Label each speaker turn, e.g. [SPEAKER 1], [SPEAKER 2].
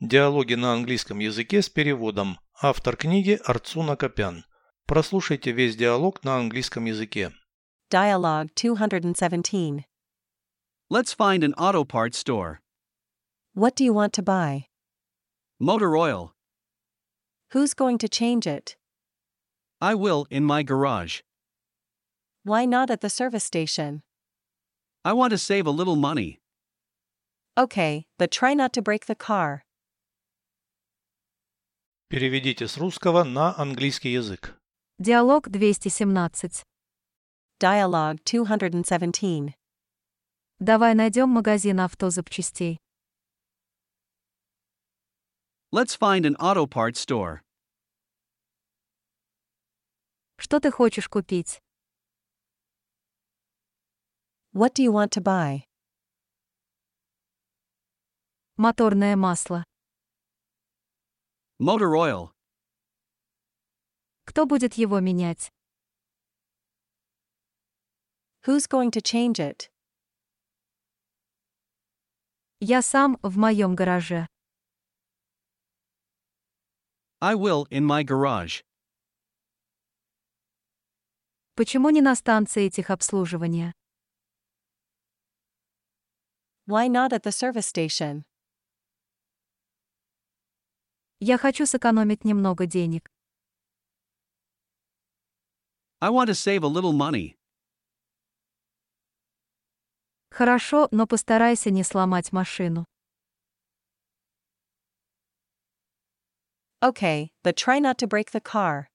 [SPEAKER 1] Диалоги на английском языке с переводом. Автор книги Арцуна Копян. Прослушайте весь диалог на английском языке.
[SPEAKER 2] Dialogue 217.
[SPEAKER 3] Let's find an auto parts store.
[SPEAKER 2] What do you want to buy?
[SPEAKER 3] Motor oil.
[SPEAKER 2] Who's going to change it?
[SPEAKER 3] I will in my garage.
[SPEAKER 2] Why not at the service station?
[SPEAKER 3] I want to save a little money.
[SPEAKER 2] Okay, but try not to break the car.
[SPEAKER 1] Переведите с русского на английский язык.
[SPEAKER 4] Диалог 217.
[SPEAKER 2] Dialogue 217.
[SPEAKER 4] Давай найдем магазин автозапчастей.
[SPEAKER 3] Let's find an auto parts store.
[SPEAKER 4] Что ты хочешь купить?
[SPEAKER 2] What do you want to buy?
[SPEAKER 4] Моторное масло.
[SPEAKER 3] Motor oil.
[SPEAKER 4] Кто будет его менять?
[SPEAKER 2] Who's going to change it?
[SPEAKER 4] Я сам в моем гараже.
[SPEAKER 3] I will in my garage.
[SPEAKER 4] Почему не на станции техобслуживания?
[SPEAKER 2] Why not at the service station?
[SPEAKER 4] Я хочу сэкономить немного денег.
[SPEAKER 3] I want to save a little money.
[SPEAKER 4] Хорошо, но постарайся не сломать машину.
[SPEAKER 2] Okay, but try not to break the car.